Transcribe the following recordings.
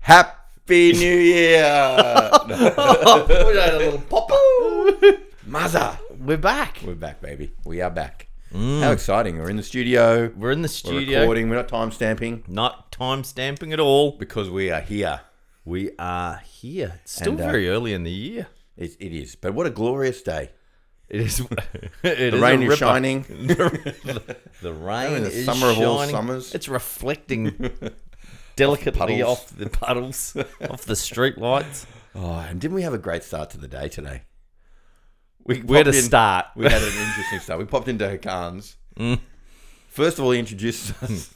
Happy New Year! we had a little pop. Mazza! We're back. We're back, baby. We are back. How exciting. We're in the studio. We're in the We're Mm. studio. recording. We're not time stamping Not time stamping at all. because we are here. We are here. It's still And, uh, very early in the year. It, it is. But what a glorious day. It is. it The is a rain is ripper. shining. the, the rain in the is summer of shining. all summers. It's reflecting delicately puddles. off the puddles, off the street lights. Oh, and didn't we have a great start to the day today? We, Where to popped in- start? We had an interesting start. We popped into Hakan's. Mm. First of all, he introduced us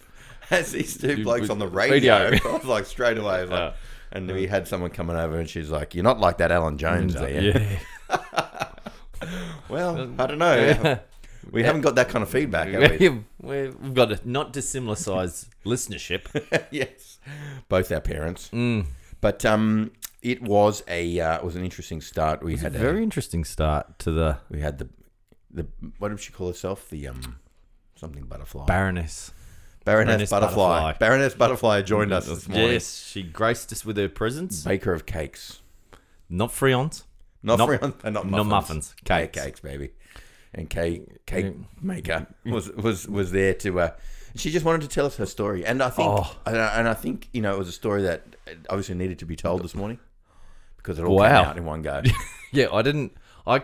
as these two Dude, blokes with- on the radio. radio. I was like straight away. I was like, Yeah. and we had someone coming over, and she's like, "You're not like that Alan Jones, are you?" yeah. Well, Uh, I don't know. We haven't got that kind of feedback, have we? We've we've got a not dissimilar size listenership. yes, both our parents. Mm. But um, it was a uh, it was an interesting start. We had a- Very interesting start to the we had the the what did she call herself? The um something butterfly. Baroness. Baroness, Baroness butterfly. Butterfly. Baroness Butterfly joined us this morning. Yes, she graced us with her presence. Baker of cakes, Not friands, not Not- frion- uh, not muffins. not muffins, Yeah, cakes. Mm. cakes, baby. And cake cake maker was was was there to. Uh, she just wanted to tell us her story, and I think Oh. and, I, and I think you know it was a story that obviously needed to be told this morning because it all Wow. came out in one go. Yeah, I didn't. I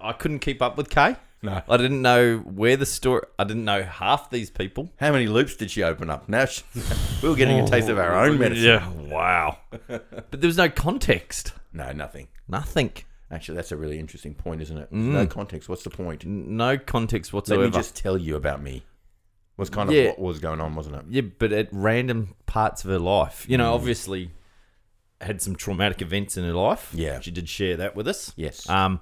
I couldn't keep up with Kay. No. I didn't know where the story. I didn't know half these people. How many loops did she open up? Now she, we were getting a taste of our own medicine. Oh. Yeah, wow. but there was no context. No, nothing. Nothing. Actually, that's a really interesting point, isn't it? No context. What's the point? Mm. No context Let whatsoever. me just tell you about me. Was kind of Yeah. what was going on, wasn't it? Yeah, but at random parts of her life. You Mm. know, obviously had some traumatic events in her life. Yeah. She did share that with us. Yes. Um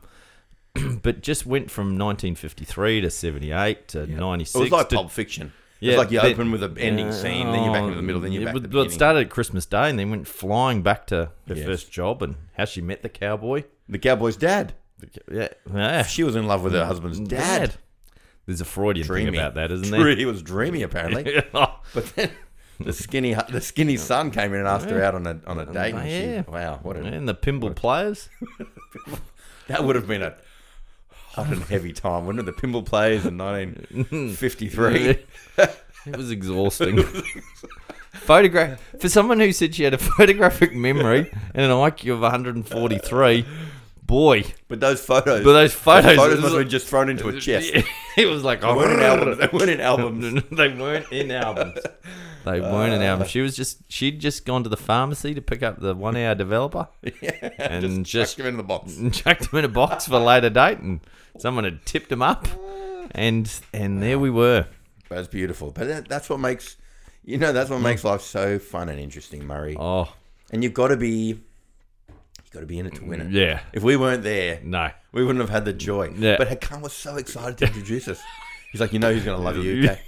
but just went from 1953 to 78 to 96 It was like to- Pulp Fiction. Yeah, it was like you but- open with an ending scene, then you're back in the middle, then you're Yeah, back but- to the well, Oh, it beginning. started at Christmas Day and then went flying back to her Yes. first job and how she met the cowboy. The cowboy's dad. The ca- Yeah, yeah. She was in love with her husband's dad. There's a Freudian thing Dreamy. about that, isn't Drew- He was dreamy, apparently. there? Oh, but then the skinny hu- the skinny son came in and asked her out on a on a date. and she- Yeah. wow, what a, and the Pimble players. that would have been a hot and heavy time, wouldn't it? The Pimble Players in 1953. It was exhausting. Photograph for someone who said she had a photographic memory and an IQ of 143. Boy, But those photos, But those photos- photos must have been just thrown into a chest. They it was like oh, weren't in albums. They weren't in albums. they weren't in albums. They weren't in albums. She was just she'd just gone to the pharmacy to pick up the one hour developer and Just just, them in the box. chucked them in a box for later date, and someone had tipped them up, and and there we were. That's beautiful. But that, that's what makes, you know, that's what makes life so fun and interesting, Murray. Oh And you've got to be, you've got to be in it to win it. yeah, If we weren't there, no. we wouldn't have had the joy. Yeah. But Hakan was so excited to introduce us. He's like, you know, who's going to love you, okay?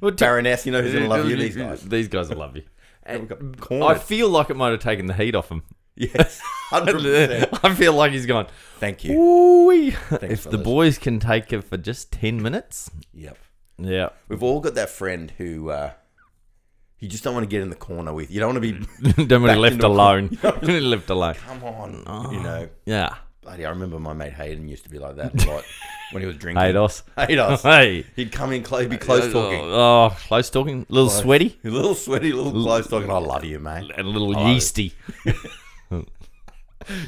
Well, t- Baroness, you know, who's going to love you, these guys. These guys will love you. we got I cornered. feel like it might have taken the heat off him. Yes, hundred percent. I feel like he's gone. Thank you. Ooh, if Thanks, the fellas. boys can take it for just ten minutes, Yep. yeah. We've all got that friend who uh, you just don't want to get in the corner with. You don't want to be, Don't want Back to left into a- alone. Don't want left alone. come on, Oh. you know. Yeah. Bloody, I remember my mate Hayden used to be like that a lot when he was drinking. Ados. Haydos. Hey. He'd come in close, be close talking. Oh, oh, close talking. A little sweaty A Oh, little sweaty, a little close talking. I love you, mate. and a little Hello. yeasty.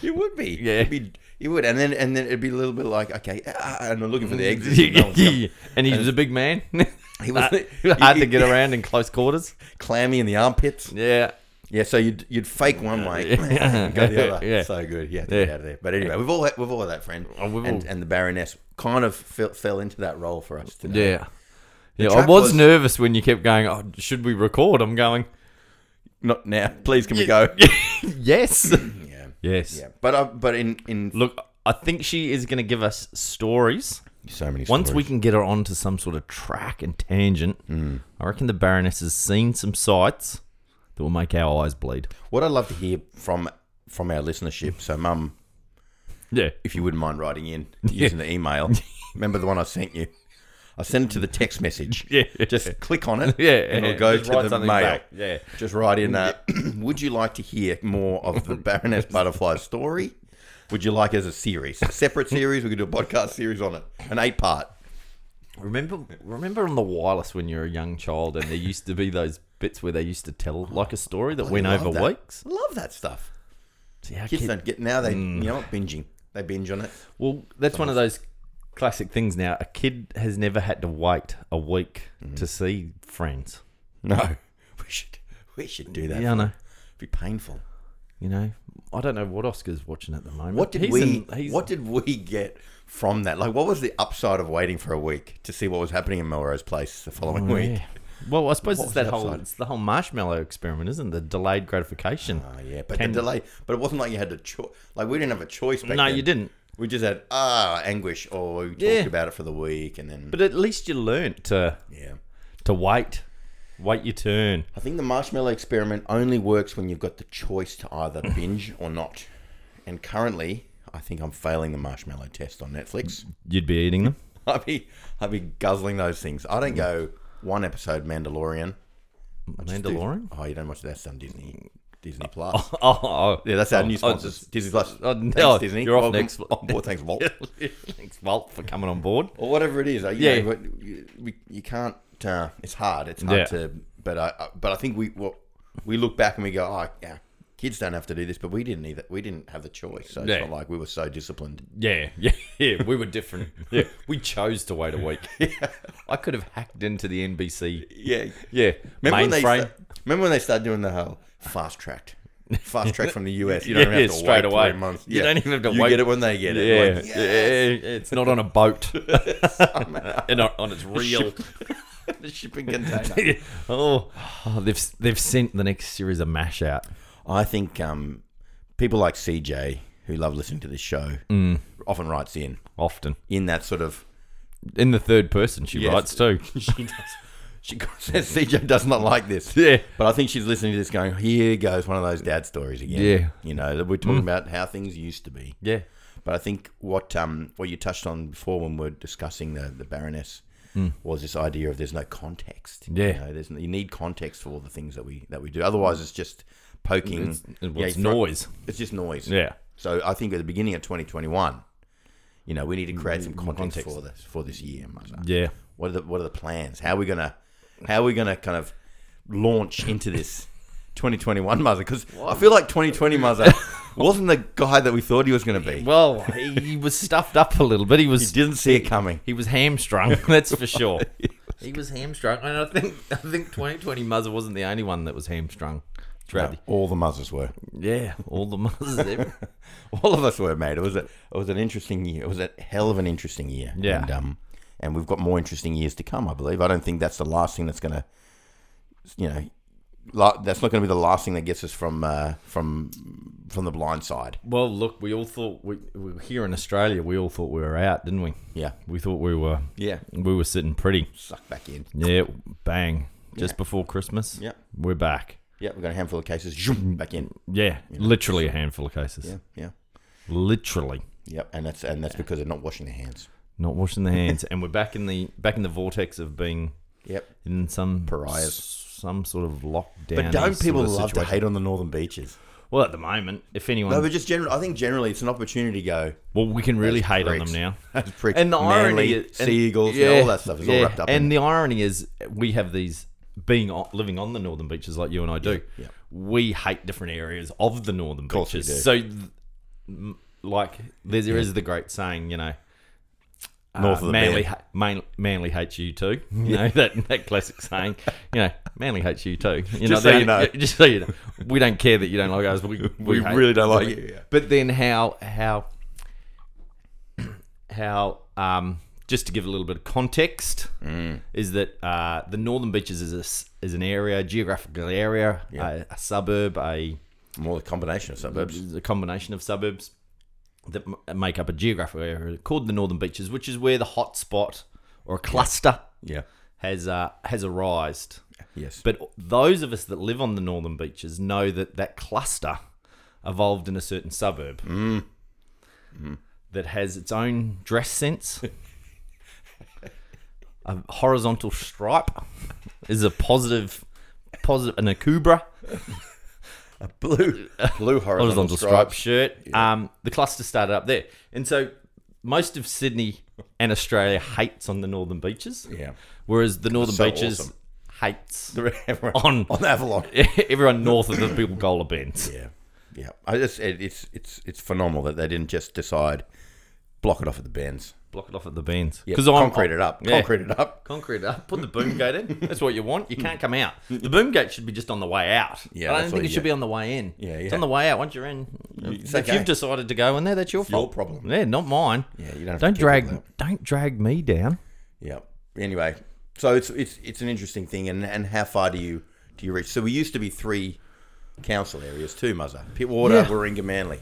You would be. Yeah. You'd be, you would. And then and then it'd be a little bit like, okay, ah, and I'm looking for the Mm. exit. and no one's coming. and he was a big man. He was- He was hard to get around in close quarters. Clammy in the armpits. Yeah. Yeah, so you'd you'd fake one way, Yeah. and go the other. Yeah. So good. Yeah, Yeah. get out of there. But anyway, we've all had, we've all had that friend, Oh, we've and, all- and the Baroness kind of fell, fell into that role for us today. Yeah. Yeah, I trap was, was- nervous when you kept going, oh, should we record? I'm going, Not now. Please, can we go? yes. Yeah. yes. Yeah. But I, but in in Look, I think she is going to give us stories. so many Once we can get her onto some sort of track and tangent, Hmm. I reckon the Baroness has seen some sights that will make our eyes bleed. What I'd love to hear from from our listenership. So, Mum, Yeah. if you wouldn't mind writing in using the email, remember the one I sent you. I send it to the text message. Yeah. Just click on it. Yeah, And it'll go just to write the something mail. back. Yeah. Just write in uh, Would you like to hear more of the Baroness Butterfly story? Would you like as a series? A separate series? We could do a podcast series on it. An eight part. Remember, remember on the wireless when you were a young child, and there used to be those bits where they used to tell like a story Oh, that went Love over that. weeks. Love that stuff. See, our Kids kid- Mm. don't get now they you know what binging. They binge on it. well, that's one of those classic things. Now, a kid has never had to wait a week to see Friends. No. We should we should do that. Yeah, I know. It'd be painful. You know, I don't know what Oscar's watching at the moment. What did He's we in- he's- what did we get from that? Like what was the upside of waiting for a week to see what was happening in Melrose Place the following week? Oh, Yeah. Well, I suppose it's was that the whole upside? it's the whole marshmallow experiment, isn't it? The delayed gratification. Oh yeah, but Can- the delay. But it wasn't like you had a choice. Like we didn't have a choice. Back no, then. you didn't. We just had ah anguish, or we talked Yeah. about it for the week, and then But at least you learnt to yeah. to wait, wait your turn. I think the marshmallow experiment only works when you've got the choice to either Mm. binge or not. And currently, I think I'm failing the marshmallow test on Netflix. You'd be eating them. I'd be I'd be guzzling those things. I Mm. don't go one episode Mandalorian. Mandalorian. Oh, you don't watch that? That's on Disney Disney Plus. Oh, oh, Yeah, that's our new oh, sponsors. Disney Plus. oh, thanks, no, Disney. you're off Welcome next. on board. Thanks, Walt. Thanks, Walt, for coming on board. or whatever it is. uh, you Yeah. know, but you, we- you can't. Uh, it's hard. It's hard Yeah. to. But I. I- But I think we well, we look back and we go, oh yeah, kids don't have to do this, but we didn't either. We didn't have the choice. So Yeah. it's not like we were so disciplined. Yeah, yeah, yeah. We were different. Yeah, we chose to wait a week. I could have hacked into the NBC. Yeah. Yeah, Remember when they? mainframe. sta- remember when they started doing the whole fast tracked. Fast track from the US. You don't Yeah, have to straight wait away. three months. You Yeah. don't even have to you wait. get it when they get Yeah, it. Like, yeah, yeah, it's not on a boat, and on, on its real. the shipping container. oh, oh, they've they've sent the next series of Mash out. I think um, people like CJ who love listening to this show often writes in Often in that sort of in the third person, she Yes. writes too. she does. She says CJ does not like this. Yeah. But I think she's listening to this going, here goes one of those dad stories again. Yeah. You know, that we're talking about how things used to be. Yeah. But I think what um, what you touched on before when we are discussing the, the Baroness was this idea of there's no context. Hmm. Yeah. You, know, there's, you need context for all the things that we that we do. Otherwise, it's just poking. It's, well, yeah, it's thro- noise. It's just noise. Yeah. So I think at the beginning of 2021, you know, we need to Mm, create some context, for this for this year. Mazza. Yeah. What are the what are the plans? How are we gonna how are we gonna kind of launch into this 2021 Muzza? Because I feel like 2020 Muzza wasn't the guy that we thought he was going to be. Well, he was stuffed up a little bit. He was He didn't see it coming. he was hamstrung. That's for sure. he was hamstrung, and I think I think 2020 Muzzer wasn't the only one that was hamstrung. No, Throughout all the Muzzas were. the- yeah, all the Muzzers. every- All of us were, mate. It was a, it was an interesting year. It was a hell of an interesting year. Yeah. And, um, and we've got more interesting years to come, I believe. I don't think that's the last thing that's going to, you know, la- that's not going to be the last thing that gets us from uh, from from the blind side. Well, look, we all thought we, we were here in Australia. We all thought we were out, didn't we? Yeah. We thought we were Yeah. we were sitting pretty. Suck back in. Yeah, bang. Just before Christmas. Yeah. We're back. Yeah. We've got a handful of cases. Zoom, back in. Yeah, literally a handful of cases. Yeah. Yeah. Literally. Yep. And that's and that's because they're not washing their hands. Not washing the hands, and we're back in the back in the vortex of being Yep. in some Pariahs. s- some sort of lockdown. But don't sort people of love to situation. hate on the northern beaches? Well, at the moment, if anyone, No, but just general. I think generally it's an opportunity to go. well, we can really hate on pricks. them now. That's pretty And the manly, irony, is- and- seagulls, yeah, all that stuff is all yeah. wrapped up. And in, the irony is, we have these being on, living on the northern beaches like you and I do. yeah. We hate different areas of the northern course we beaches. do. So, th- m- like, there, there is the great saying, you know. uh, North of the Manly, bend. ha- man, Manly hates you too. You know that that classic saying. You know, Manly hates you too. You Just they so you don't- know. Just so you know, we don't care that you don't like us. We we we, hate- really don't like it. but then how how how um just to give a little bit of context is that uh, the northern beaches is a s is an area geographical area a, a suburb a, More the combination of suburbs. a combination of suburbs that m- make up a geographical area called the northern beaches which is where the hot spot or a cluster Yeah. has uh, has arised Yes. But but those of us that live on the northern beaches know that that cluster evolved in a certain suburb Mm. that has its own dress sense, a horizontal stripe is a positive, positive, an akubra A blue, blue horizontal, horizontal stripe. stripe shirt. Um, the cluster started up there, and so most of Sydney and Australia hates on the northern beaches. Yeah. Whereas the northern So beaches awesome. hates on On- on Avalon. everyone north of the Bilgola Bends. Yeah, yeah. I just it, it's it's it's phenomenal that they didn't just decide block it off at the bends. Block it off at the bends. Yeah, 'Cause I'm- concrete it up, Yeah. concrete it up. Concrete up. Put the boom gate in. That's what you want. You can't come out. The boom gate should be just on the way out. Yeah, I don't that's think what- it should yeah. be on the way in. Yeah, It's yeah. on the way out. Once you're in, It's if okay. you've decided to go in there, that's your Your fault. problem. Yeah, not mine. Yeah, you don't. Have to Don't kick drag. people out. Don't drag me down. Yeah. Anyway, so it's it's it's an interesting thing, and and how far do you do you reach? So we used to be three council areas, two Muzza, Pittwater, Yeah. Warringah, Manly,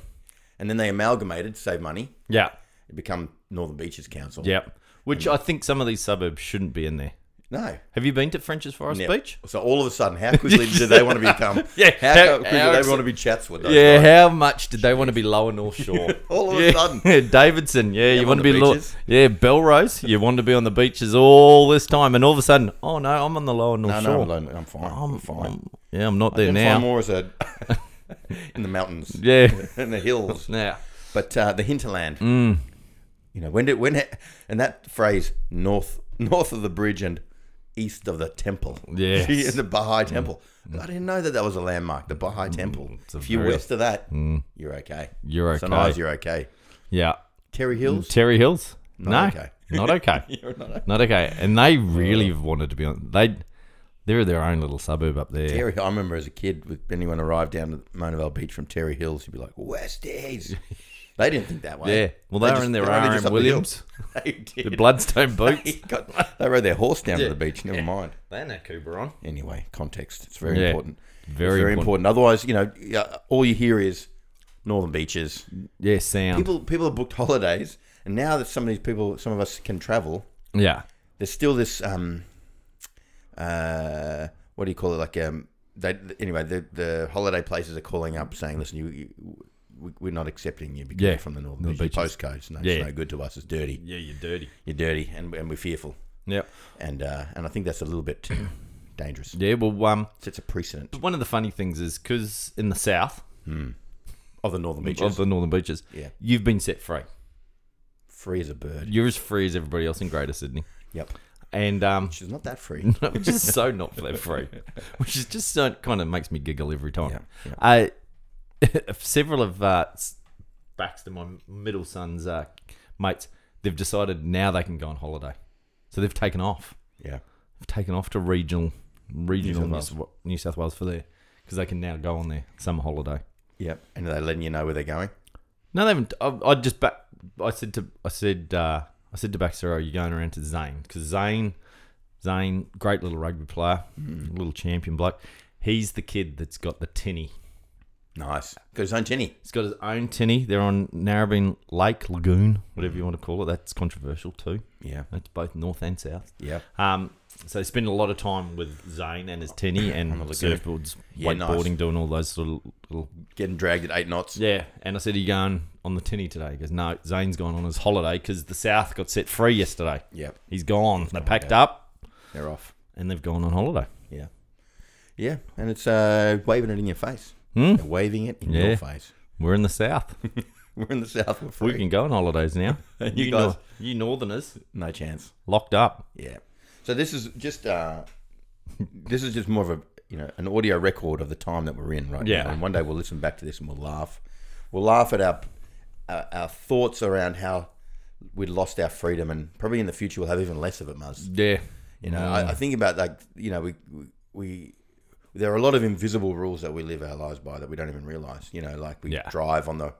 and then they amalgamated to save money Yeah. and become Northern Beaches Council. Yep. Which I think some of these suburbs shouldn't be in there. No. Have you been to French's Forest Yeah. Beach? So all of a sudden, how quickly did they want to become? Yeah, How, how- quickly how did ex- they want to be Chatswood? Those Yeah, guys? how much did they want to be lower North Shore? All of a yeah. sudden. Yeah, Davidson, yeah, you on want to the be low. beaches. Yeah, Belrose, you want to be on the beaches all this time, and all of a sudden, oh no, I'm on the lower No, North Shore. no, I'm, alone. I'm fine. I'm, fine. I'm- yeah, I'm not there I'm now. fine more as a in the mountains, yeah, in the hills, yeah. but uh, the hinterland. Mm. You know when did when and that phrase north north of the bridge and east of the temple. Yes. Mm. Yeah, the Baha'i temple. I didn't know that that was a landmark. The Baha'i temple. a If you're very- Mm. west of that, you're okay. You're okay. Sometimes you're okay. yeah. Terry Hills. Terry Hills, Not no, okay. not okay, You're not okay. not okay. And they really wanted to be on. They, they're their own little suburb up there. Terry, I remember as a kid, with anyone arrived down to Monavale Beach from Terry Hills, you'd be like, "Westies." They didn't think that way. Yeah, well, they, were just- in their they only R.M. just up the hill. Williams, They the, did. Bloodstone They boots. got- they rode their horse down to Yeah. the beach. Never mind. They're not Cooper on. Anyway, context. It's very Yeah. important. Very, it's very important. important. Otherwise, you know, yeah, all you hear is northern beaches. Yeah, sound. People, people have booked holidays, and now that some of these people, some of us can travel, yeah. there's still this um uh what do you call it like um they anyway the the holiday places are calling up saying listen you, you we- we're not accepting you because Yeah, you're from the northern, northern beach. Your postcodes no, Yeah. it's no good to us it's dirty Yeah, you're dirty. you're dirty and, and we're fearful Yep. and uh and i think that's a little bit dangerous Yeah, well, um, it's a precedent one of the funny things is because in the south of the northern beaches of the northern beaches, Yeah. you've been set free. free as a bird You're as free as everybody else in Greater Sydney, yep and um, she's not that free which is so not flat free, which is just so kind of makes me giggle every time. Yeah, Uh, several of uh, s- Baxter, my middle son's uh, mates, they've decided now they can go on holiday, so they've taken off. yeah They've taken off to regional, regional New New South South Wales, New South Wales for there because they can now go on their summer holiday. yep and are they letting you know where they're going No, they haven't. I, I just back. I said to I said uh, I said to Baxter, "Are you going around to Zane?" Because Zane, Zane, great little rugby player, Mm. little champion bloke. He's the kid that's got the tinny. nice because on jenny He's got his own tinny. They're on Narrabeen Lake Lagoon, whatever you Mm. want to call it. That's controversial too. yeah That's both north and south. yeah Um, so they spend a lot of time with Zane and his tinny and the lagoon. surfboards, Yeah, nice. wakeboarding, doing all those sort of little getting dragged at eight knots Yeah, and I said, "Are you going on the tinny today?" He goes, "No, Zane's gone on his holiday because the South got set free yesterday. yep He's gone. Oh, They packed up they're off and they've gone on holiday. Yeah. Yeah. And it's uh, waving it in your face. Hmm? They're waving it in Yeah. your face. We're in the South. We're in the South. We're we free. can go on holidays now. And you nor- guys- you Northerners, No chance. locked up. Yeah. So this is just uh, this is just more of a you know an audio record of the time that we're in right Yeah. now. And one day we'll listen back to this and we'll laugh. We'll laugh at our uh, our thoughts around how we'd lost our freedom and probably in the future we'll have even less of it, Muzz. Yeah, You know, I, I think about like you know we we- we there are a lot of invisible rules that we live our lives by that we don't even realize. You know, like we Yeah. drive on the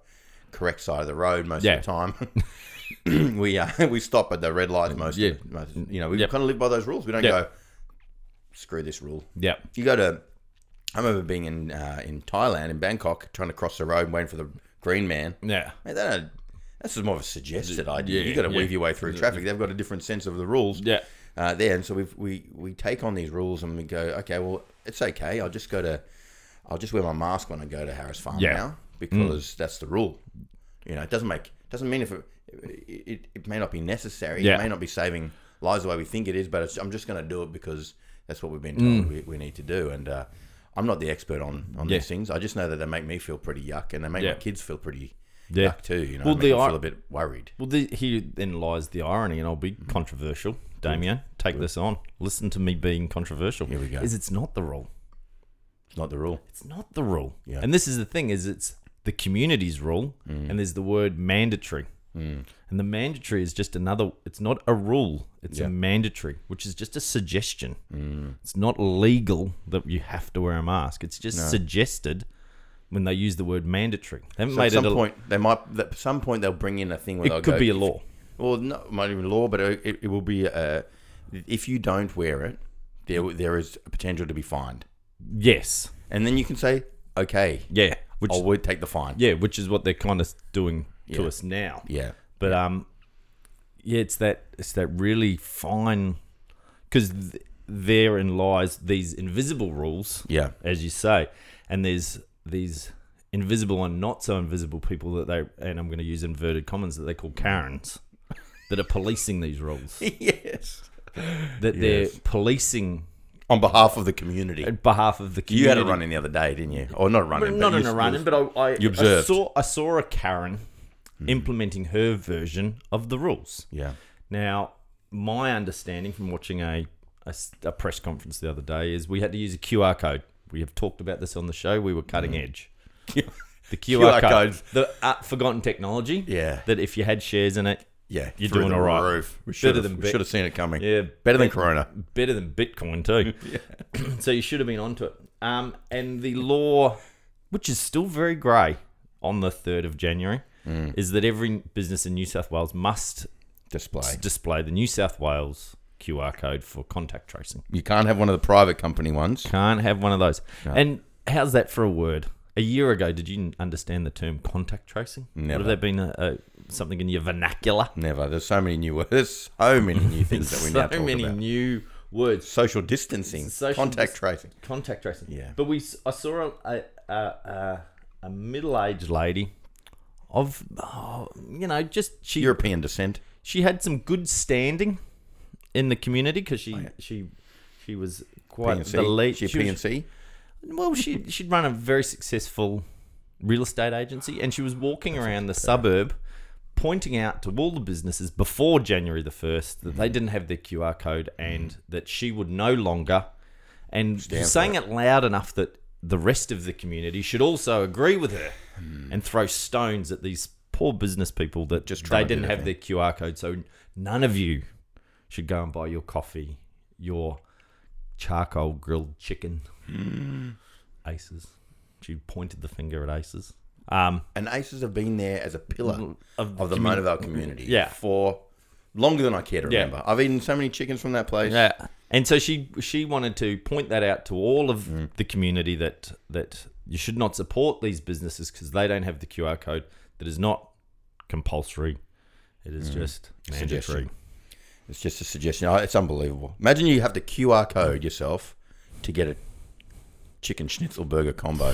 correct side of the road most Yeah. of the time. we uh, we stop at the red lights most. Mm, Yeah. Of the, most you know, we Yep. kind of live by those rules. We don't Yep. go screw this rule. yeah, You go to. I remember being in uh, in Thailand in Bangkok trying to cross the road and waiting for the green man. yeah, Mate, that don't- that's just more of a suggested idea. yeah, you got to yeah. weave your way through traffic. They've got a different sense of the rules yeah, uh, there. And so we we we take on these rules and we go, okay, well, it's okay. I'll just go to, I'll just wear my mask when I go to Harris Farm Yeah. Mm. now because that's the rule. You know, it doesn't make doesn't mean if it it, it, it may not be necessary. Yeah. It may not be saving lies the way we think it is, but it's, I'm just going to do it because that's what we've been Mm. told we, we need to do. And uh, I'm not the expert on, on Yeah. these things. I just know that they make me feel pretty yuck, and they make Yeah. my kids feel pretty Yeah. yuck too. You know, Well, make the them ir- feel a bit worried. Well, the, here then lies the irony, and I'll be controversial. Damien, take this on. Listen to me being controversial. Here we go. Is it's not the rule. It's not the rule. It's not the rule. Yeah. Mm. And this is the thing: is it's the community's rule, and there's the word mandatory. And the mandatory is just another. It's not a rule. It's Yeah. Mm. a mandatory, which is just a suggestion. It's not legal that you have to wear a mask. It's just suggested when they use the word mandatory. They haven't So made at some it. A, point, they might. At some point, they'll bring in a thing where it they'll could go, be a law. Well, not not even law, but it, it will be. Uh, if you don't wear it, there there is a potential to be fined, Yes. and then you can say, "Okay, Yeah. Which I would take the fine." Yeah, which is what they're kind of doing to Oh. Yeah. us now. Yeah, But um, yeah, it's that it's that really fine because th- therein lies these invisible rules, yeah, as you say, and there's these invisible and not so invisible people that they and I'm going to use inverted commas that they call Karens that are policing these rules yes. that they're policing On behalf of the community, on behalf of the community. you had a run in the other day, didn't you? Or not a run in, not but in you- a run in, but I, I, you I observed. Hmm. saw I saw a Karen implementing her version of the rules. Yeah, Now, my understanding from watching a, a s- a press conference the other day is we had to use a QR code. We have talked about this on the show. We were cutting edge. The QR QR, code, codes. the uh, forgotten technology. Yeah. that if you had shares in it, yeah. You're through doing the all right. Roof. We Better should have than we Be- should have seen it coming. yeah, better than Corona. better than Bitcoin too. So you should have been onto it. Um, and the law, which is still very grey, on the third of January, is that every business in New South Wales must Display. display the New South Wales QR code for contact tracing. You can't have one of the private company ones. Can't have one of those. And how's that for a word? A year ago, did you understand the term contact tracing? Never. Would have that been a, a, something in your vernacular? Never. There's so many new words. There's so many new things that we now so talk many about. new words. Social distancing, Social contact dis- tracing. contact tracing. Yeah. But we, s- I saw a a, a, a middle-aged lady of, oh, you know, just she European descent. she had some good standing in the community because Oh, she she she was quite PNC. the lead. She a she was- PNC. well, she she'd run a very successful real estate agency, and she was walking around the suburb, pointing out to all the businesses before January the first that Mm-hmm. they didn't have their QR code, and that she would no longer, and Stand for saying it loud enough that the rest of the community should also agree with her, Mm. and throw stones at these poor business people that Just they trying to do didn't their have their QR code, so none of you should go and buy your coffee, your charcoal grilled chicken. Mm. Aces. She pointed the finger at Aces. Um, And ACEs have been there as a pillar of, of the commu- Monavale community Yeah. for longer than I care to Yeah. remember. I've eaten so many chickens from that place. yeah. And so she she wanted to point that out to all of Mm. the community that that you should not support these businesses because they don't have the QR code that is not compulsory. It is just mandatory. Mm. Suggestion. It's just a suggestion. Oh, It's unbelievable. Imagine you have to QR code yourself to get a chicken schnitzel burger combo.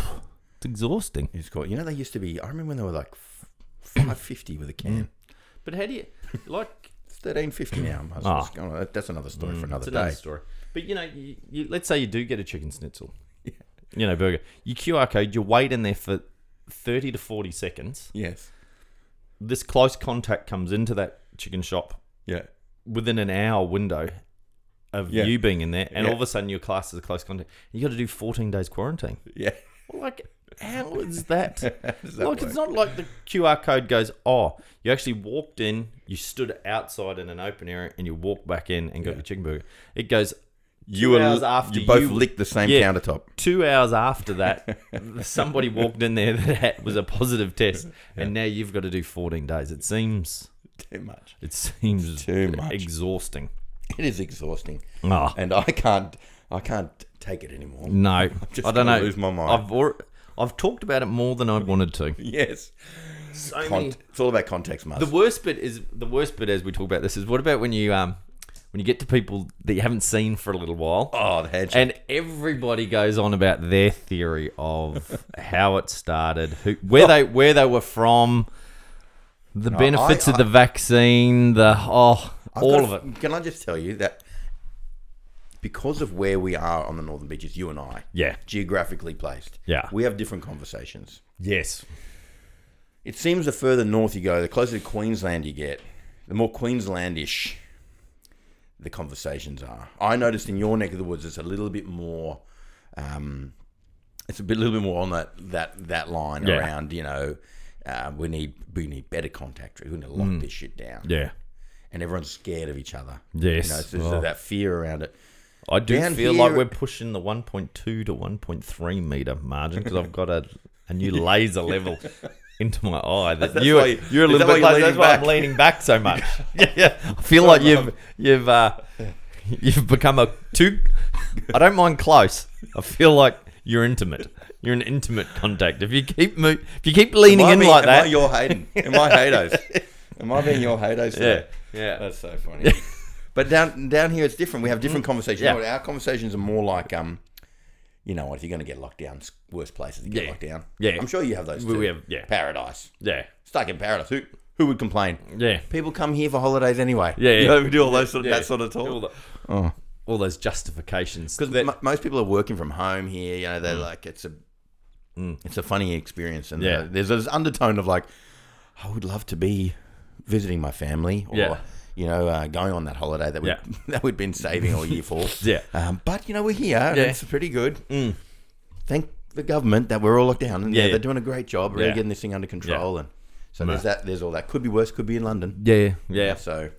It's exhausting. It's called, you know, they used to be, I remember when they were like f- 550 with a can. But how do you like It's 1350 now. I was Ah. Mm, just going, that's another story for another It's another day. story. But you know, you, you, let's say you do get a chicken schnitzel, you know, burger. You QR code, you wait in there for thirty to forty seconds. Yes. This close contact comes into that chicken shop Yeah. within an hour window of Yeah. you being in there, and Yeah. all of a sudden your class is a close contact. You got to do fourteen days quarantine. Yeah. Well, like, how is that? Does that Like work? it's not like the QR code goes, oh, you actually walked in, you stood outside in an open area, and you walked back in and got your chicken burger. It goes, you two were, hours after you both you- licked the same Yeah. countertop. two hours after that, somebody walked in there that had- was a positive test, and now you've got to do 14 days. It seems Too much. it seems Too much. Mm. exhausting. It is exhausting. Ah, and I can't I can't take it anymore. no, just I don't gonna know. lose my mind. I've or, I've talked about it more than I wanted to. Yes, So Cont- it's all about context, Muzz. The worst bit is the worst bit as we talk about this is what about when you um when you get to people that you haven't seen for a little while. oh, the handshake. And everybody goes on about their theory of how it started, who, where they where they were from, the benefits I- of the vaccine, the oh, I've All got- of Can I just tell you that because of where we are on the northern beaches, you and I, Yeah. geographically placed, Yeah. we have different conversations. Yes. It seems the further north you go, the closer to Queensland you get, the more Queenslandish the conversations are. I noticed in your neck of the woods, it's a little bit more. Um, it's a bit, little bit more on that that that line Yeah. around. You know, uh, we need we need better contact. We need to lock this shit down. Hmm. Yeah. And everyone's scared of each other. Yes. You know, so there's Oh. that fear around it. I do Down feel like here- we're pushing the 1.2 to 1.3 meter margin because I've got a, a new laser level into my eye. That That's you, why- you're a is little that bit. why you're leaning Like, that's why I'm back? leaning back so much. yeah, yeah. I feel like you've you've uh, you've become a too. I don't mind close. I feel like you're intimate. You're an intimate contact. If you keep mo- if you keep leaning Am I in being- like am that, I your Hayden? Am I Hados? am I being your Hados? yeah, today? yeah. That's so funny. but down down here, it's different. We have different conversations. Mm. Yeah. Our- Our conversations are more like, um, you know what? If you're going to get locked down, it's worse places to get Yeah. locked down. Yeah. I'm sure you have those. We- too. we have- yeah. paradise. Yeah, Stuck in paradise. Who who would complain? yeah, People come here for holidays anyway. Yeah, You yeah. know, we do all those sort of, yeah. that sort of talk. All, the- Oh. all those justifications. Because that- Mm. mo- most people are working from home here. You know, they're like, it's a, mm, it's a funny experience, and Yeah. uh, there's this undertone of like, I would love to be visiting my family, or Yeah. you know, uh, going on that holiday that we Yeah. that we've been saving all year for. yeah, Um, but you know, we're here. and Yeah. It's pretty good. Mm. Thank the government that we're all locked down, and yeah, Yeah, they're yeah. doing a great job, really Yeah. getting this thing under control, and. So there's that. There's all that. Could be worse. Could be in London. yeah, yeah. So,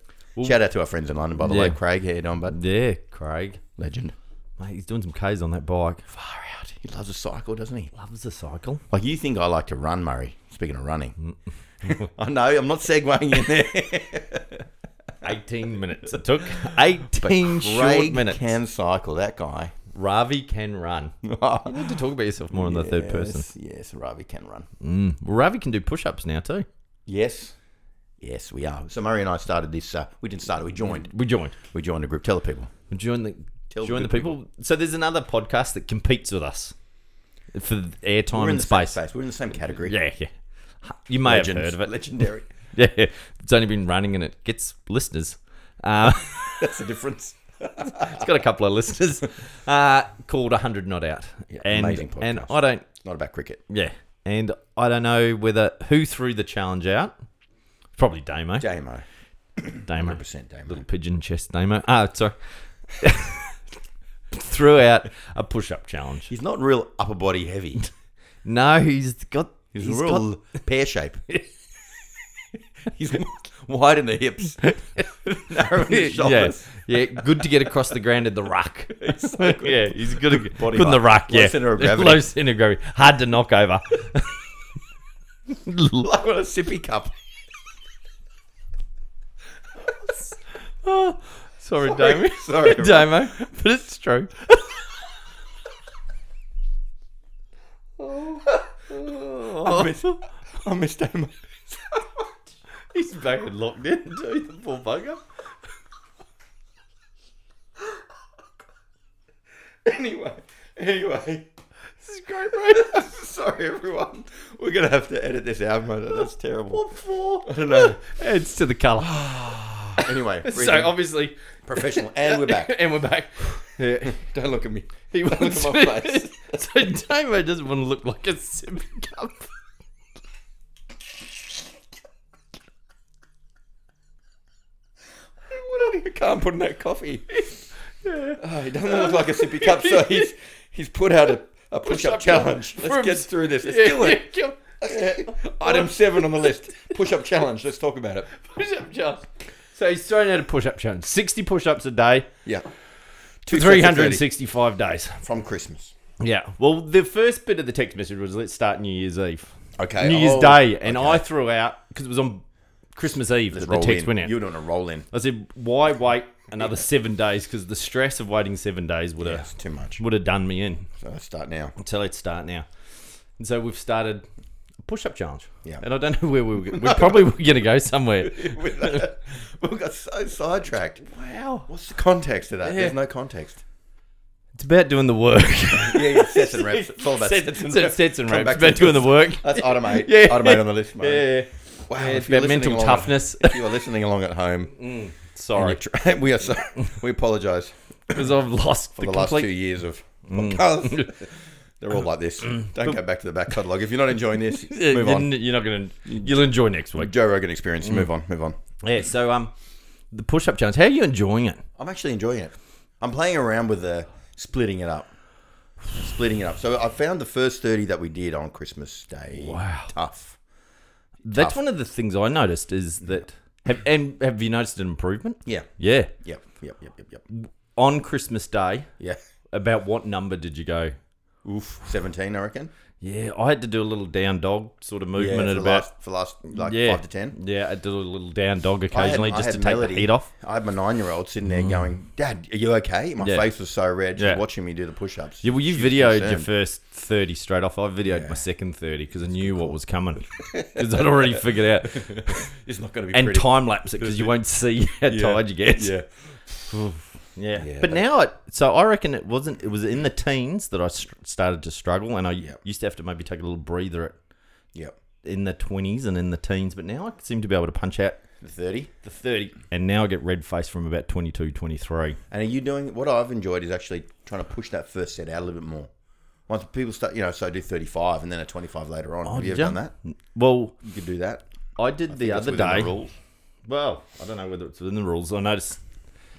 shout out to our friends in London, by the Yeah. way. Craig, how you doing, bud? Yeah, Craig. Legend. Mate, he's doing some Ks on that bike. Far out. He loves a cycle, doesn't he? Loves a cycle. Like you think I like to run, Murray. Speaking of running, Mm. I know I'm not segueing in there. 18 minutes it took. 18 short Craig minutes. can cycle. That guy. Ravi can run. You need to talk about yourself more in the third person. Yes, Yes, Ravi can run. Mm. Well, Ravi can do push ups now too. Yes, yes, we are. So Murray and I started this. Uh, we didn't start it. We joined. We joined. We joined a group. Tell the people. We joined the. Tell join the good people. So there's another podcast that competes with us for airtime We're in and the same space. space. We're in the same category. Yeah, yeah. You may Legends. have heard of it. Legendary. Yeah, it's only been running and it gets listeners. Uh, That's the difference. it's got a couple of listeners uh, called 100 Not Out. and, amazing podcast. and I don't It's not about cricket. Yeah, and I don't know whether who threw the challenge out. Probably Damo. Damo. Damo, 100% Damo. little pigeon chest Damo. Ah, sorry. threw out a push-up challenge. He's not real upper body heavy. No, he's got. He's, he's got- real pear shape. He's wide in the hips, narrow in the yeah, shoulders. yeah, good to get across the ground in the ruck. yeah, he's good, good, body good in the height. ruck. Low yeah, centre of gravity. Low centre of gravity. Hard to knock over. Like on a sippy cup. Sorry, Damo. Sorry, Damo, but it's true. I miss, I miss Damo. He's back in lockdown too, the poor bugger. Anyway, anyway, This is great, mate. sorry everyone. We're gonna have to edit this out, mate. That's terrible. What for? I don't know. It's to the colour. Anyway, so breathing. obviously, professional, and we're back. and we're back. Yeah. Don't look at me. He Don't wants look at my face. so Damo doesn't want to look like a sipping cup. What I can't put in that coffee. Oh, he doesn't look like a sippy cup, so he's he's put out a, a push-up Push-up challenge. challenge. Let's From- get through this. Let's Yeah, kill it. yeah, kill- Item seven on the list: push-up challenge. Let's talk about it. Push-up challenge. So he's thrown out a push-up challenge. 60 push-ups a day, Yeah, Two sets of 30 365 days. from Christmas. Yeah. Well, the first bit of the text message was let's start New Year's Eve. Okay, New Year's oh, Day. And okay. I threw out, because it was on Christmas Eve that the Roll text in. went out. You were doing a roll in. I said, why wait another seven days? Because the stress of waiting seven days would have That's too much. would have done me in. So let's start now. So let's start now. And so we've started a push-up challenge. Yeah. And I don't know where we were. We probably were going to go somewhere. With that, we got so sidetracked. Wow. What's the context of that? Yeah. There's no context. It's about doing the work. Yeah, yeah, sets and reps. It's all about sets, sets, sets and Come reps. back It's to about doing the work. That's item eight. Yeah. Item eight on the list, mate. Yeah. Wow, Yeah, if it's you're about listening mental along at- toughness. Mm. if you are listening along at home, And Sorry, you tr- we are so, we apologise because I've lost for the, the last two complete. Mm. years of podcasts. They're all like this. Don't go back to the back catalogue if you're not enjoying this. Yeah, Move you're, on. n- Mm. you're not gonna. You'll enjoy next week. Joe Rogan experience. Move on. Move on. Yeah. So um, the push-up challenge. How are you enjoying it? I'm actually enjoying it. I'm playing around with the splitting it up. Splitting it up. So I found the first 30 that we did on Christmas Day. Wow. Tough. That's one of the things I noticed is that. Have, and have you noticed an improvement? Yeah. Yeah. Yep. Yep. Yep. Yep. Yep. On Christmas Day, Yeah. about what number did you go? Oof. 17, I reckon. Yeah, I had to do a little down dog sort of movement for at the about last, for the last like yeah, five to 10. Yeah, I did a little down dog I had- occasionally I just had to take Melody- the heat off. Mm-hmm. I had my nine year old sitting there going, Dad, are you okay? My Yeah. face was so red just Yeah. watching me do the push ups. Yeah, well, you videoed your concerned. first thirty straight off. I videoed my second thirty because I knew what was coming because I'd already figured out It's not going to be and pretty. time lapse it because you won't see how tired you get. Yeah. Yeah. Yeah, but that- now, it, so I reckon it wasn't. It was in the teens that I str- started to struggle, and I used to have to maybe take a little breather at Yep. in the twenties and in the teens. But now I seem to be able to punch out The 30. the thirty, and now I get red face from about 22, 23. And are you doing what I've enjoyed is actually trying to push that first set out a little bit more. Once people start, you know, so I do 35 and then a 25 later on. Have you ever Oh, ya? done that? Well, You could do that. I did the That's other within day. rules. well, I don't know whether it's within the rules. I noticed.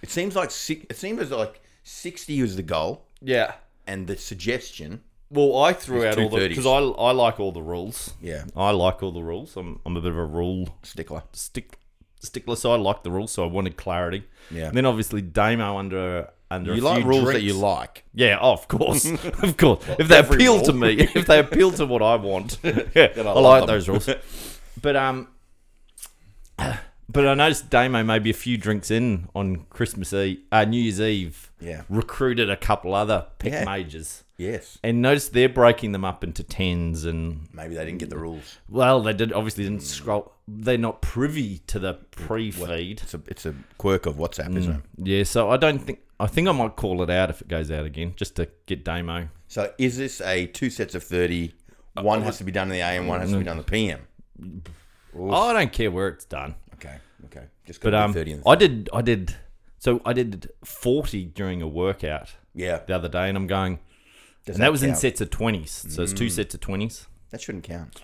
It seems like six, it seems like 60 is the goal Yeah. and the suggestion. Well, I threw It's out all the 230s. because I I like all the rules. Yeah. I like all the rules. I'm I'm a bit of a rule Stickler. stick stickler, so I like the rules. So I wanted clarity. Yeah. And then obviously Damo under under a You like few rules that drinks- you like. Yeah, oh, of course, of course. if they every appeal to rule. me, if they appeal to what I want, yeah, I, love like them. those rules. But um, but I noticed Damo maybe a few drinks in on Christmas Eve, uh, New Year's Eve, Yeah. recruited a couple other pick Yeah. mages. Yes. And noticed they're breaking them up into tens and Maybe they didn't get the rules. well, they did obviously Mm. didn't scroll. They're not privy to the pre-feed. It's a it's a quirk of WhatsApp, isn't it? Yeah, so I don't think I think I might call it out if it goes out again, just to get Damo. So is this a two sets of 30? One has to be done in the AM, one has to be done in the PM. Oh, I don't care where it's done. Okay. Okay. Just go But to um, 30 and I did, I did. So I did forty during a workout Yeah. the other day, and I'm going, Does and that was in count? Mm. sets of twenties. So it's two sets of twenties, That shouldn't count.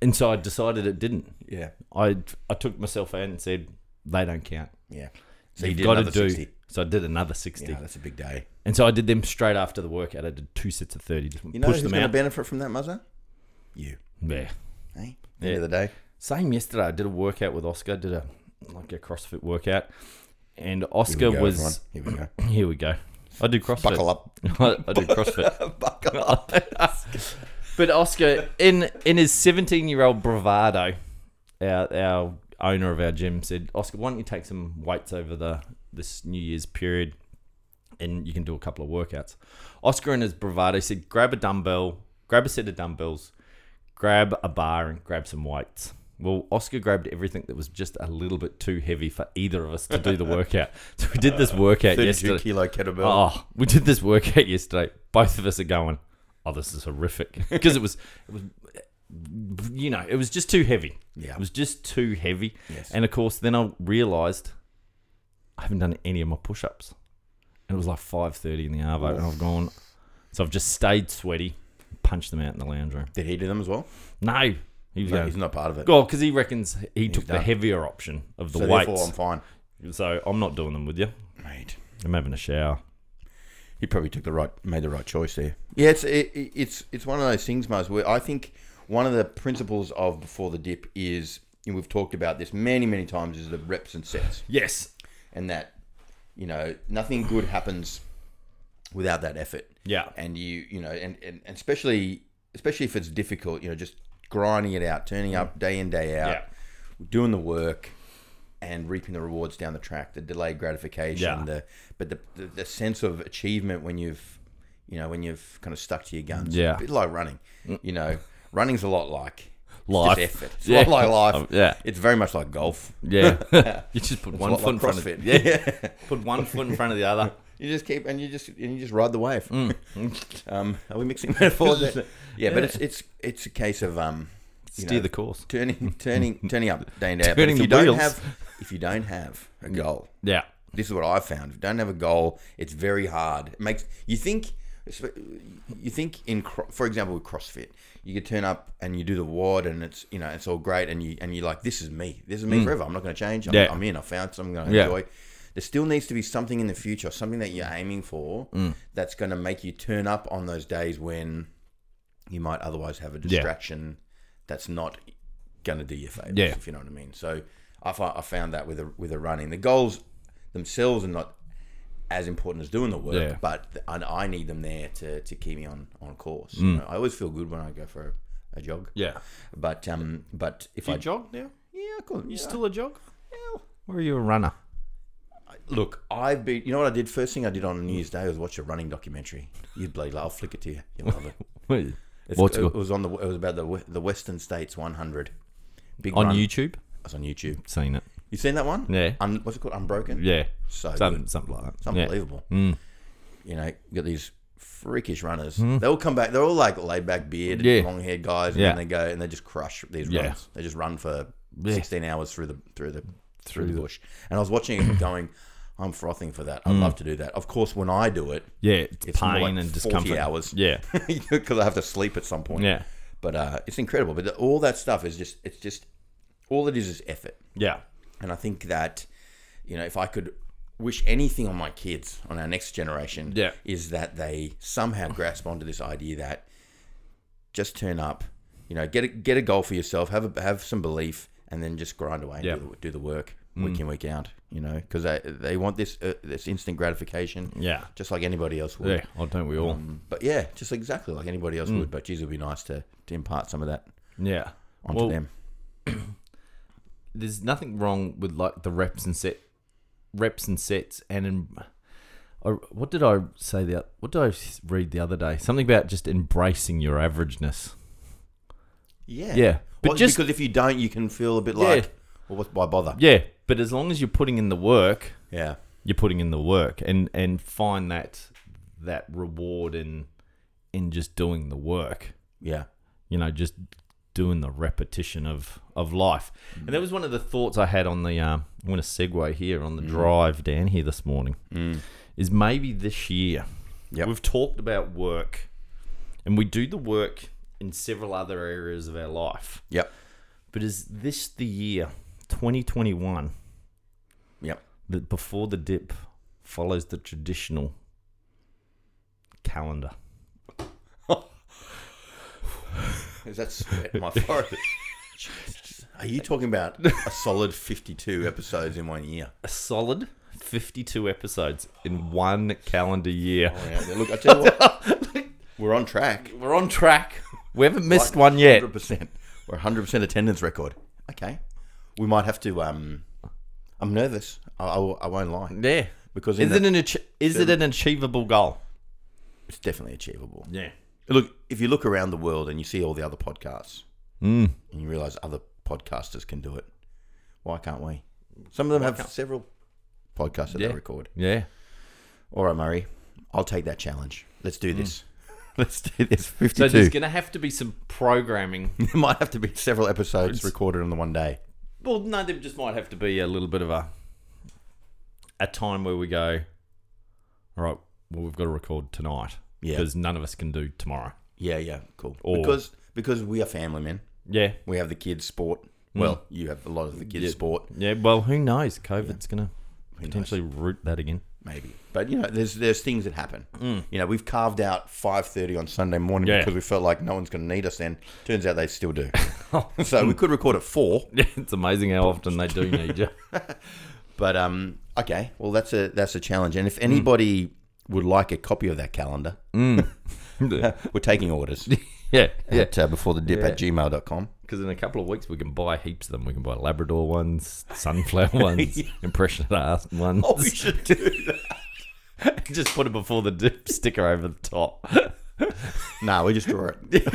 and so I decided it didn't. Yeah. I I took myself out and said they don't count. Yeah. So You've you did got to another do. 60. So I did another sixty, Yeah, that's a big day. and so I did them straight after the workout. I did two sets of thirty, just You know pushed who's them going to out. benefit from that, Muzza? You. yeah. Hey? End of the day. Same yesterday. I did a workout with Oscar. Did a like a CrossFit workout, and Here Oscar we go, was everyone. Here we go. here. We go. I do CrossFit. Buckle up. I, I do CrossFit. Buckle up. But Oscar, in in his seventeen year old bravado, our our owner of our gym said, Oscar, why don't you take some weights over the this New Year's period, and you can do a couple of workouts. Oscar in his bravado said, grab a dumbbell, grab a set of dumbbells, grab a bar, and grab some weights. Well, Oscar grabbed everything that was just a little bit too heavy for either of us to do the workout. So we did this workout 32 yesterday. kilo kettlebell. Oh, we did this workout yesterday. Both of us are going, oh, this is horrific because it was, it was, you know, it was just too heavy. Yeah. It was just too heavy. Yes. And of course, then I realised I haven't done any of my push-ups. And it was like five thirty in the arvo, and I've gone. So I've just stayed sweaty, punched them out in the lounge room. Did he do them as well? No, he was No, going. he's not part of it. God, because he reckons he took the done. heavier option of the so therefore, I'm weights. fine. so I'm not doing them with you. Mate. I'm having a shower. He probably took the right, made the right choice there. Yeah, it's it, it- it's it's one of those things, Mars. Where I think one of the principles of before the dip is, and we've talked about this many many times, is the reps and sets, Yes. and that you know nothing good happens without that effort. Yeah. and you you know, and, and, and especially especially if it's difficult, you know, just grinding it out, turning up day in day out, Yeah. doing the work. And reaping the rewards down the track, the delayed gratification, Yeah. the but the, the the sense of achievement when you've you know, when you've kind of stuck to your guns. Yeah. A bit like running. You know, running's a lot like it's Life. Just effort. It's Yeah. a lot like Um, life. yeah. It's very much like golf. Yeah, you just put one It's a lot foot in like front of CrossFit. Yeah, Yeah. put one foot in front of the other. you just keep and you just and you just ride the wave. Mm. um, are we mixing metaphors? there? yeah, but it's it's it's a case of um, you Steer know, the course. turning turning turning up day in day out. But Turning if you the don't wheels. have if you don't have a goal. Yeah. This is what I've found. If you don't have a goal, it's very hard. It makes you think. You think in, cro- for example, with CrossFit, you could turn up and you do the wad, and it's you know it's all great, and you and you're like, this is me, this is me forever. I'm not going to change. I'm, Mm. Yeah. I'm in. I found something I'm going to Yeah. enjoy. There still needs to be something in the future, something that you're aiming for, Mm. that's going to make you turn up on those days when you might otherwise have a distraction that's not going to do your favors, Yeah. if you know what I mean. So I, fi- I found that with a, with a running, the goals themselves are not as important as doing the work, Yeah. but th- I, I need them there to, to keep me on on course. You know, I always feel good when I go for a, a jog. Mm. Yeah. But um, but if Do I you jog now? yeah, cool. You Yeah. still a jog? Or are you a runner? Look, I've been. You know what I did? First thing I did on New Year's Day was watch a running documentary. You'd bloody love. I'll flick it to you. You'll love it. It's, What's it, good? was on the. It was about the we- the Western States 100. Big On run. YouTube? It's on YouTube. Seen it. You seen that one? Yeah. Un, what's it called? Unbroken. Yeah. So good. Something, something like that. It's Yeah. Mm. unbelievable. You know, you got these freakish runners. They all come back. They're all like laid back beard, Mm-hmm. Yeah. long haired guys, and Yeah. then they go and they just crush these Yeah. runs. They just run for Yeah. sixteen hours through the through the through, the the- Mm. bush. And I was watching it, going, I'm frothing for that. I'd love to do that. Of course, when I do it, Yeah, it's, It's more pain like and 40 discomfort. hours. Yeah, because I have to sleep at some point. yeah, But uh, it's incredible. But all that stuff is just it's just all it is is effort. yeah, And I think that, you know, if I could wish anything on my kids, on our next generation, Yeah. is that they somehow grasp onto this idea that just turn up, you know, get a, get a goal for yourself, have a, have some belief, and then just grind away and Yeah. Mm. do, the, do the work week in week out, you know, because they they want this uh, this instant gratification, yeah, just like anybody else would. yeah. Mm. Oh, don't we all? Um, but yeah, just exactly like anybody else would. But geez, it'd be nice to, to impart some of that yeah. onto Well, them. there's nothing wrong with like the reps and set, reps and sets, and in, I, what did I say the oth- what did I s- read the other day? Something about just embracing your averageness. Yeah, Yeah, but Well, just because if you don't, you can feel a bit Yeah. like, well, what's why bother? yeah, but as long as you're putting in the work, Yeah. you're putting in the work, and and find that that reward in in just doing the work. Yeah. you know, just doing the repetition of of life. And that was one of the thoughts I had on the. Um, I'm going to segue here Mm. on the drive down here this morning. Is maybe this year Yep. we've talked about work, and we do the work in several other areas of our life. Yep. But is this the year, 2021, Yep. that before the dip follows the traditional calendar? Is that sweat in my forehead? Jesus. Are you talking about a solid 52 episodes in one year? A solid 52 episodes in one calendar year. Going out there. Look, I tell you what, we're on track. Oh, We're on track. We haven't missed one yet. 100%. We're 100% attendance record. Okay. We might have to. um I'm nervous. I, I, I won't lie. Yeah. Because in Is it the- an ach- is it an achievable goal? it's definitely achievable. Yeah. Look, if you look around the world and you see all the other podcasts, and you realize other podcasters can do it, why can't we? Some of them have several podcasts that Yeah. they record. Yeah. All right, Murray, I'll take that challenge. Let's do this. Let's do this. So Fifty-two. there's going to have to be some programming. there might have to be several episodes recorded on the one day. well, no, there just might have to be a little bit of a a time where we go, all right, well, we've got to record tonight Yeah. because none of us can do tomorrow. Yeah, yeah, cool. Or- because because we are family men. Yeah. We have the kids' sport. Well, you have a lot of the kids' sport. Mm. Yeah. Well, who knows? COVID's going to Who knows? potentially root that again. maybe. But you know, there's there's things that happen. You know, we've carved out five thirty on Sunday morning Mm. Yeah. because we felt like no one's going to need us. Then turns out they still do. so we could record at four. Yeah, it's amazing how often they do need you. But um, okay, well that's a that's a challenge. And if anybody would like a copy of that calendar, we're taking orders yeah, yeah. at uh, before the dip at gmail.com. Because in a couple of weeks we can buy heaps of them. We can buy Labrador ones, sunflower ones, impressionist art ones. Oh, we should do that. Just put it before the dip sticker over the top. nah, we just draw it.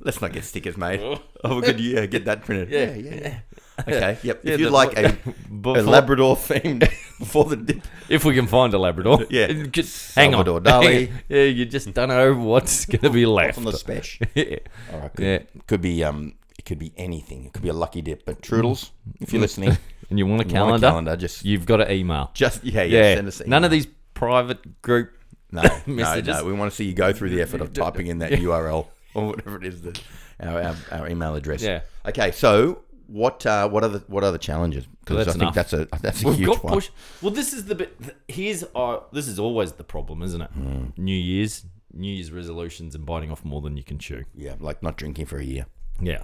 Let's not get stickers made. Oh, we could yeah, get that printed. Yeah, yeah. Okay. Yep. Yeah, if you'd the- like a, a Before- Labrador themed before the dip, if we can find a Labrador. Yeah. Just, hang on. Salvador Dali. Hang on. Yeah, you just don't know what's going to be left. on the special. yeah. All right, could, yeah. could be um, it could be anything. It could be a lucky dip, but Trudels, if you're listening, and you want a You Mm. calendar, want a calendar, just you've got to email. just yeah, yeah. yeah, Send us none of these private group. no, no, messages. no. We want to see you go through the effort of typing in that URL or whatever it is that our, our, our email address. Yeah. Okay, so what uh, what are the what are the challenges? Because Well, I that's think enough. that's a that's a We've huge got one. push. Well, this is the bit. th- Here's our. This is always the problem, isn't it? Hmm. New Year's, New Year's resolutions, and biting off more than you can chew. Yeah, like not drinking for a year. Yeah.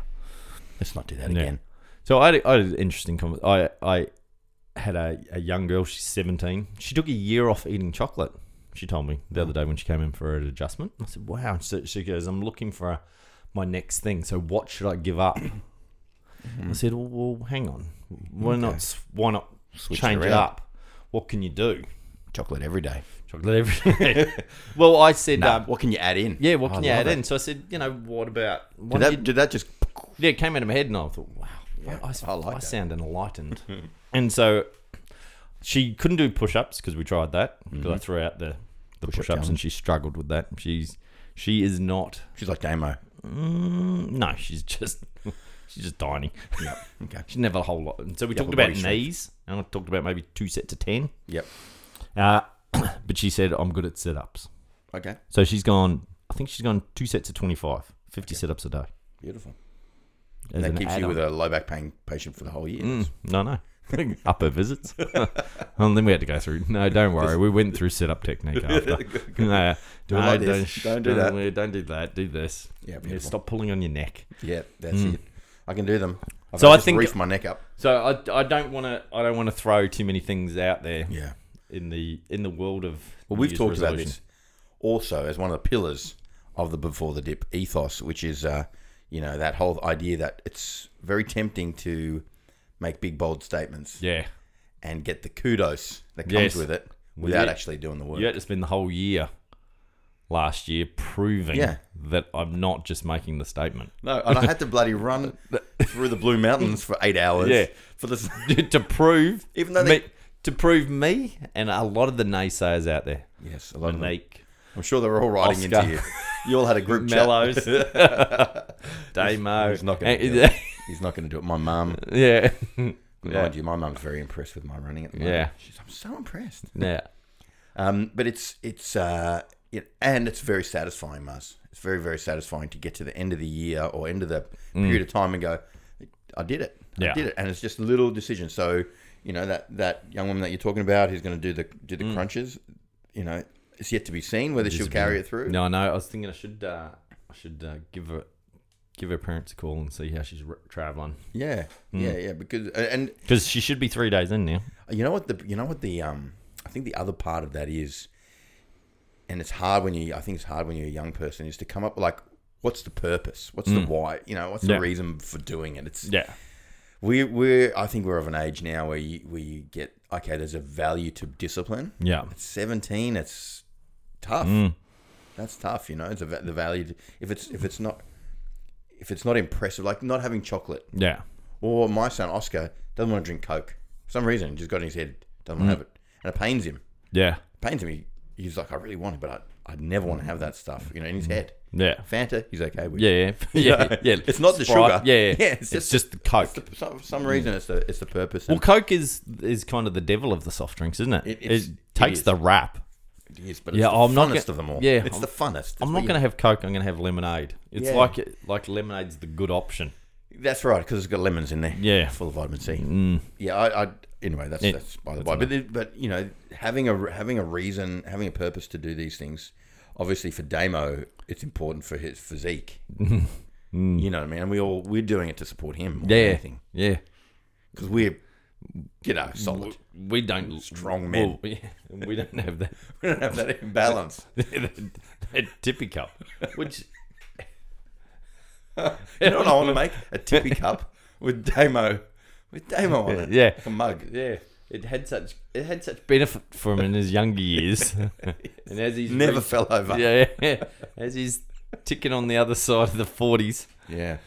Let's not do that Yeah. again. So I had, I had an interesting conversation. I, I had a, a young girl, she's 17. She took a year off eating chocolate, she told me the Hmm. other day when she came in for an adjustment. I said, wow. So she goes, I'm looking for a, my next thing. So what should I give up? I said, well, well, hang on. Why not, s- why not Switch it change it around. up? What can you do? Chocolate every day. Chocolate every day. well, I said, um, what can you add in? yeah, what I can you love add it. in? So I said, you know, what about... What Did that, did that just? yeah, it came out of my head, and I thought, wow, I, I, I like that. sound enlightened. and so she couldn't do push-ups because we tried that. 'cause Mm-hmm. I threw out the, the push-ups, and she struggled with that. She's she is not. She's like Damo. Mm, no, she's just she's just tiny. Okay. She never a whole lot. And so we talked upper about body strength. knees, and I talked about maybe two sets of ten. Yep. Uh, but she said I'm good at sit-ups, Okay. so she's gone. I think she's gone two sets of 25, 50 sit-ups a day. Beautiful. as that an keeps you add-on. with a low back pain patient for the whole year. Mm, no, no. Upper visits. and then we had to go through. No, don't worry. We went through sit up technique after. Do no, it no, like this. Don't do that. Don't, don't do that. Do this. Yeah, Yeah, beautiful. stop pulling on your neck. Yeah, that's it. I can do them. I've So I just think- reefed my neck up. So I, I don't want to I don't want to throw too many things out there Yeah. in the in the world of Well, New we've Year's talked about resolution. this also as one of the pillars of the before the dip ethos, which is uh, you know that whole idea that it's very tempting to make big bold statements Yeah, and get the kudos that comes Yes. with it Well, without yeah. actually doing the work. you had to spend the whole year last year proving Yeah. that I'm not just making the statement No, and I had to bloody run through the Blue Mountains for eight hours. Yeah. for the to prove Even though they- me, to prove me and a lot of the naysayers out there. yes, a lot of them. Monique, I'm sure they're all writing Oscar. into you. You all had a group chat. Mellows, Damo. He's not going to do it. yeah, He's not going to do it. My mum, yeah, mind you, my mum's very impressed with my running at the moment. Yeah. she's I'm so impressed. yeah. Um, but it's it's uh, it, and it's very satisfying, Muzz. It's very very satisfying to get to the end of the year or end of the period of time and go, I did it. I Yeah. did it, and it's just little decisions. So you know that that young woman that you're talking about who's going to do the do the crunches, you know, it's Mm. yet to be seen whether she'll carry it through. No, I know. I was thinking I should, uh, I should uh, give her, give her parents a call and see how she's r traveling Yeah, yeah, yeah. Because and because she should be three days in now. You know what the you know what the um I think the other part of that is, and it's hard when you I think it's hard when you're a young person is to come up with like what's the purpose, what's the why, you know, what's Mm. Yeah. the reason for doing it. It's Yeah, we we're I think we're of an age now where you where you get okay, there's a value to discipline. yeah, Mm. At seventeen, it's tough. That's tough, you know. It's a, va- the value to, if it's if it's not if it's not impressive, like not having chocolate yeah, or my son Oscar doesn't want to drink Coke. For some reason, it just got in his head, doesn't Mm. want to have it. And it pains him. yeah, It pains him. He, he's like, I really want it, but I, I'd never want to have that stuff, you know, in his head. Mm. yeah, Fanta, he's okay with. yeah, yeah, yeah. yeah. It's not the Sprite, sugar. Yeah, yeah. Yeah, it's, it's just, just- the Coke. For some, for some reason, it's the, it's the purpose. well, And Coke is is kind of the devil of the soft drinks, isn't it? It- It, it's- it takes is. the rap. it is, but it's Yeah, the I'm funnest not gonna- of them all. yeah, It's I'm- the funnest. I'm not going to have Coke. I'm going to have lemonade. It's Yeah. like like lemonade's the good option. to. That's right, because it's got lemons in there. Yeah. Mm. Full of vitamin C. Yeah, I, I anyway, that's Yeah, that's by the by. But it- but you know, having a having a reason, having a purpose to do these things. Obviously, for Damo, it's important for his physique. Mm. You know what I mean? And we all we're doing it to support him. More Yeah, yeah, yeah. because we're you know solid. We don't Strong men. Well, yeah, we don't have that, We don't have that imbalance. that, tippy cup, which you know what I want to make a tippy cup with Damo with Damo on it. Yeah. like a mug. yeah, it had such it had such benefit for him in his younger years, and as he's Never reached- fell over. yeah, yeah, as he's ticking on the other side of the forties. yeah.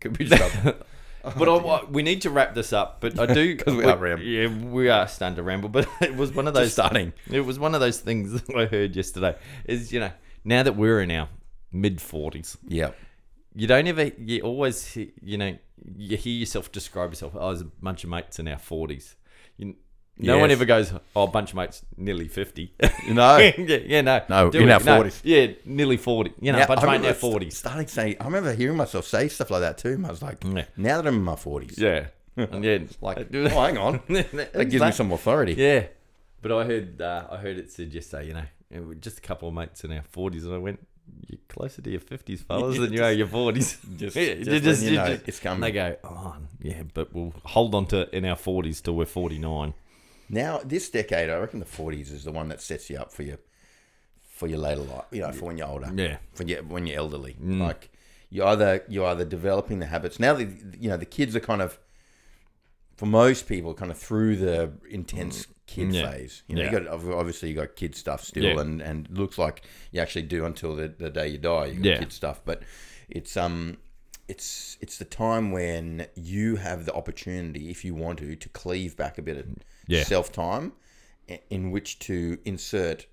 Could be just a- But I, I- we need to wrap this up. But I do 'Cause we are ram- Yeah, we are starting to ramble. But it was one of those Just starting. It was one of those things that I heard yesterday. Is you know now that we're in our mid forties, yeah. you don't ever you always hear- you know you hear yourself describe yourself. Oh, there's a bunch of mates in our forties. No one Yes. ever goes, "Oh, a bunch of mates nearly 50. No. yeah, yeah, no, No, Do in it. our 40s. yeah, nearly forty. You know, a bunch I of mates in remember our st- forties. Starting saying, I remember hearing myself say stuff like that too. and I was like, Yeah. now that I'm in my forties, Yeah, yeah, like, oh, hang on, that gives me some authority. Yeah, but I heard uh, I heard it said yesterday. You know, it was just a couple of mates in our forties, and I went, "You're closer to your fifties, fellas, than you are your forties. Just- Yeah, just letting you know it's coming. And they go, "Oh, yeah, but we'll hold on to it in our forties till we're forty nine. Now, this decade, I reckon the forties is the one that sets you up for your for your later life. You know, for when you're older. Yeah. Mm. For your, when you're elderly, like you either you're either developing the habits. Now, the you know the kids are kind of for most people kind of through the intense kid Mm. Yeah. phase. You know, Yeah. you got obviously you got kid stuff still, Yeah. and and it looks like you actually do until the, the day you die. You got Yeah. kid stuff, but it's um. It's it's the time when you have the opportunity, if you want to, to cleave back a bit of Yeah. self time i- in which to insert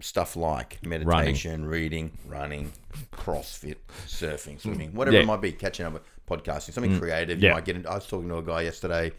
stuff like meditation, reading, running, CrossFit, surfing, swimming, whatever Mm. Yeah. Mm. it might be, catching up with podcasting, something creative. Yeah. You might get into, I was talking to a guy yesterday,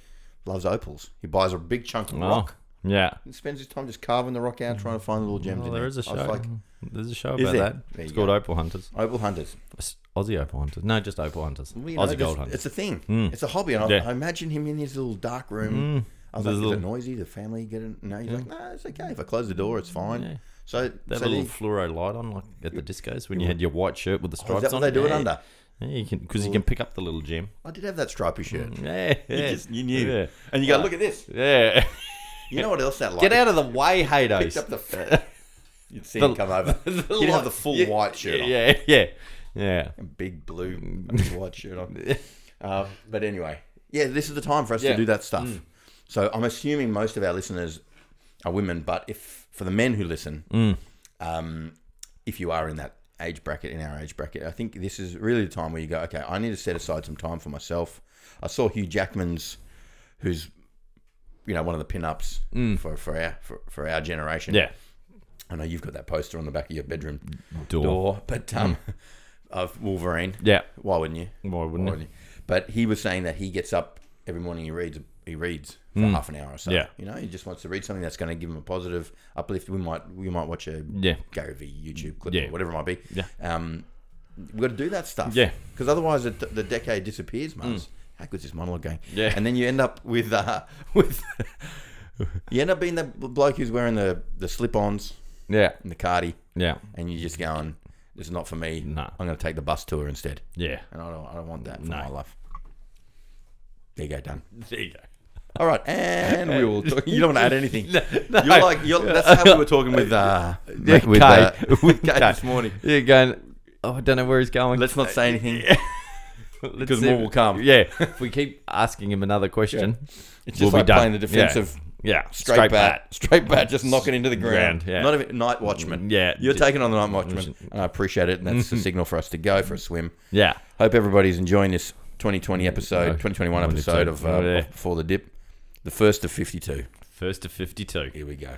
loves opals. He buys a big chunk of Oh, rock yeah. and spends his time just carving the rock out, trying to find the little gems Well, in Oh, there there. is a I show. was like, There's a show Is about there? that. There it's you called go. Opal Hunters. Opal hunters. Aus- Aussie Opal Hunters. No, just Opal Hunters. Well, you know, Aussie there's- Gold Hunters. Hmm. It's a thing. It's a hobby. And I, Yeah. Hmm. I imagine him in his little dark room. I was There's like, is a it little- noisy? The family get it? No, he's like, no, it's okay. If I close the door, it's fine. Yeah. So, That so little the- fluoro light on, like at the discos, when you had your white shirt with the Oh, stripes is that what on. they do it Yeah. under? Yeah, you can because you can pick up the little gem. I did have that stripy shirt. Yeah, Hmm. yeah. just- you knew. Yeah. And you go, look at this. Yeah. You know what else that like? Get out of the way, Picked haters. up the fat. You'd see him come over. The He'd light- have the full yeah, white shirt on. Yeah, yeah, yeah. Big blue Mm. white shirt on. Uh, but anyway, yeah, this is the time for us Yeah. Mm. to do that stuff. So I'm assuming most of our listeners are women, but if for the men who listen, Mm. um, if you are in that age bracket, in our age bracket, I think this is really the time where you go, okay, I need to set aside some time for myself. I saw Hugh Jackman's, who's you know one of the pin-ups for for our for, for our generation. Mm. Yeah. I know you've got that poster on the back of your bedroom Door. Mm. door, but um, of Wolverine. Yeah. Why wouldn't you? Why wouldn't it? Already. But he was saying that he gets up every morning. He reads. He reads for half an hour or so. Hmm. Yeah. You know, he just wants to read something that's going to give him a positive uplift. We might we might watch a Yeah. Gary Vee YouTube clip Yeah. or whatever it might be. Yeah. Um, we've got to do that stuff. Yeah. Hmm. Because otherwise, the, the decade disappears, man. How good's this monologue going? Yeah. And then you end up with uh, with you end up being the bloke who's wearing the the slip-ons Yeah. and the cardi, Yeah. and you're just going, "This is not for me. Nah. I'm going to take the bus tour instead." Yeah. and I don't, I don't want that for No. my life. There you go, done. There you go. All right, and we will. Talk, you don't want to add anything. No, no. You're like you're, that's how we were talking with uh, Yeah, with, uh, Kay. with Kay Kay. this morning. You're going. Oh, I don't know where he's going. Let's not say anything. because more will come. Yeah. If we keep asking him another question, It's just we'll like be done. playing the defensive Yeah. yeah. straight, bat, Mm, straight bat, just knocking into the ground. Ground, yeah. Not even night watchman. Yeah, you're just- taking on the night watchman, and I appreciate it. And that's the signal for us to go for a swim. Yeah. Hope everybody's enjoying this 2020 episode, Okay. 2021 One episode episode. of uh, Yeah. Before the Dip, the first of 52. First to fifty-two. Here we go.